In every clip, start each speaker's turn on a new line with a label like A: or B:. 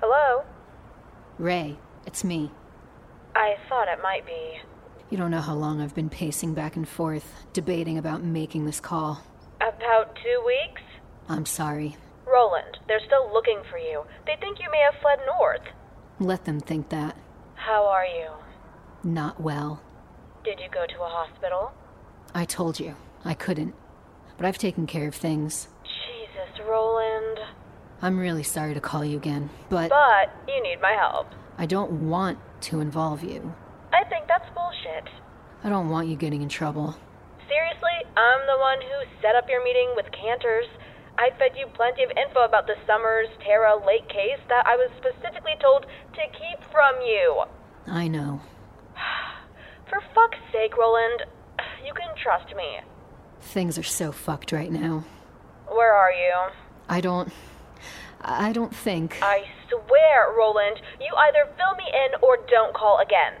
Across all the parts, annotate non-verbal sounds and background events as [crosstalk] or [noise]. A: Hello?
B: Ray, it's me.
A: I thought it might be.
B: You don't know how long I've been pacing back and forth, debating about making this call.
A: About two weeks?
B: I'm sorry.
A: Roland, they're still looking for you. They think you may have fled north.
B: Let them think that.
A: How are you?
B: Not well.
A: Did you go to a hospital?
B: I told you, I couldn't. But I've taken care of things.
A: Jesus, Roland.
B: I'm really sorry to call you again, but
A: But you need my help.
B: I don't want to involve you.
A: I think that's bullshit.
B: I don't want you getting in trouble.
A: Seriously, I'm the one who set up your meeting with Cantors. I fed you plenty of info about the Summers Terra Lake case that I was specifically told to keep from you.
B: I know.
A: For fuck's sake, Roland, [sighs] you can trust me.
B: Things are so fucked right now.
A: Where are you?
B: I don't. I don't think.
A: I swear, Roland, you either fill me in or don't call again.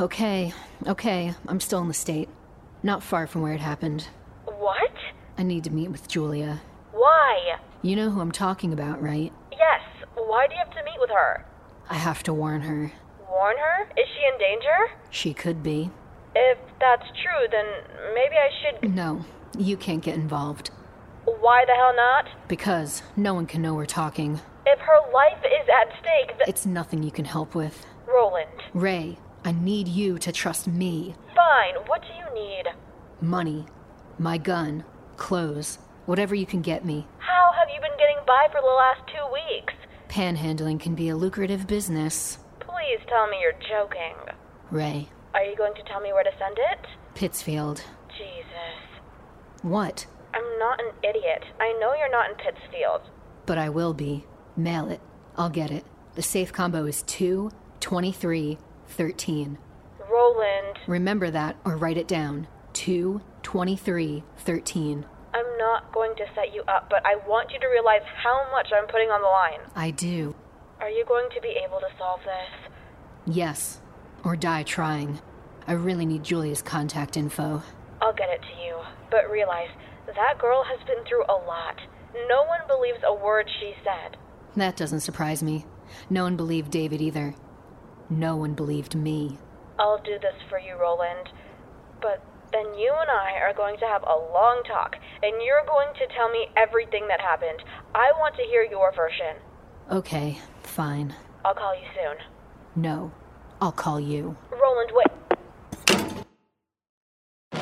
B: Okay, okay, I'm still in the state. Not far from where it happened.
A: What?
B: I need to meet with Julia.
A: Why?
B: You know who I'm talking about, right?
A: Yes, why do you have to meet with her?
B: I have to warn her.
A: Warn her? Is she in danger?
B: She could be.
A: If that's true, then maybe I should.
B: No, you can't get involved.
A: Why the hell not?
B: Because no one can know we're talking.
A: If her life is at stake, th-
B: It's nothing you can help with.
A: Roland.
B: Ray, I need you to trust me.
A: Fine, what do you need?
B: Money, my gun, clothes, whatever you can get me.
A: How have you been getting by for the last two weeks?
B: Panhandling can be a lucrative business.
A: Please tell me you're joking.
B: Ray,
A: Are you going to tell me where to send it?
B: Pittsfield.
A: Jesus.
B: What?
A: I'm not an idiot. I know you're not in Pittsfield.
B: But I will be. Mail it. I'll get it. The safe combo is 2, 23, 13.
A: Roland,
B: Remember that or write it down. 2, 23, 13.
A: I'm not going to set you up, but I want you to realize how much I'm putting on the line.
B: I do.
A: Are you going to be able to solve this?
B: Yes. Or die trying. I really need Julia's contact info.
A: I'll get it to you, but realize that girl has been through a lot. No one believes a word she said.
B: That doesn't surprise me. No one believed David either. No one believed me.
A: I'll do this for you, Roland. But then you and I are going to have a long talk, and you're going to tell me everything that happened. I want to hear your version.
B: Okay, fine.
A: I'll call you soon.
B: No. I'll call you.
A: Roland, wait.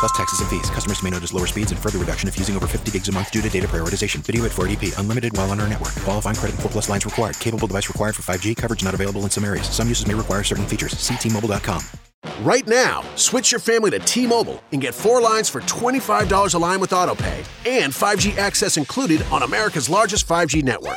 C: plus taxes and fees. Customers may notice lower speeds and further reduction if using over 50 gigs a month due to data prioritization. Video at 480p, unlimited while on our network. Qualifying credit and 4 plus lines required. Capable device required for 5G. Coverage not available in some areas. Some uses may require certain features. See T-Mobile.com.
D: Right now, switch your family to T-Mobile and get four lines for $25 a line with AutoPay and 5G access included on America's largest 5G network.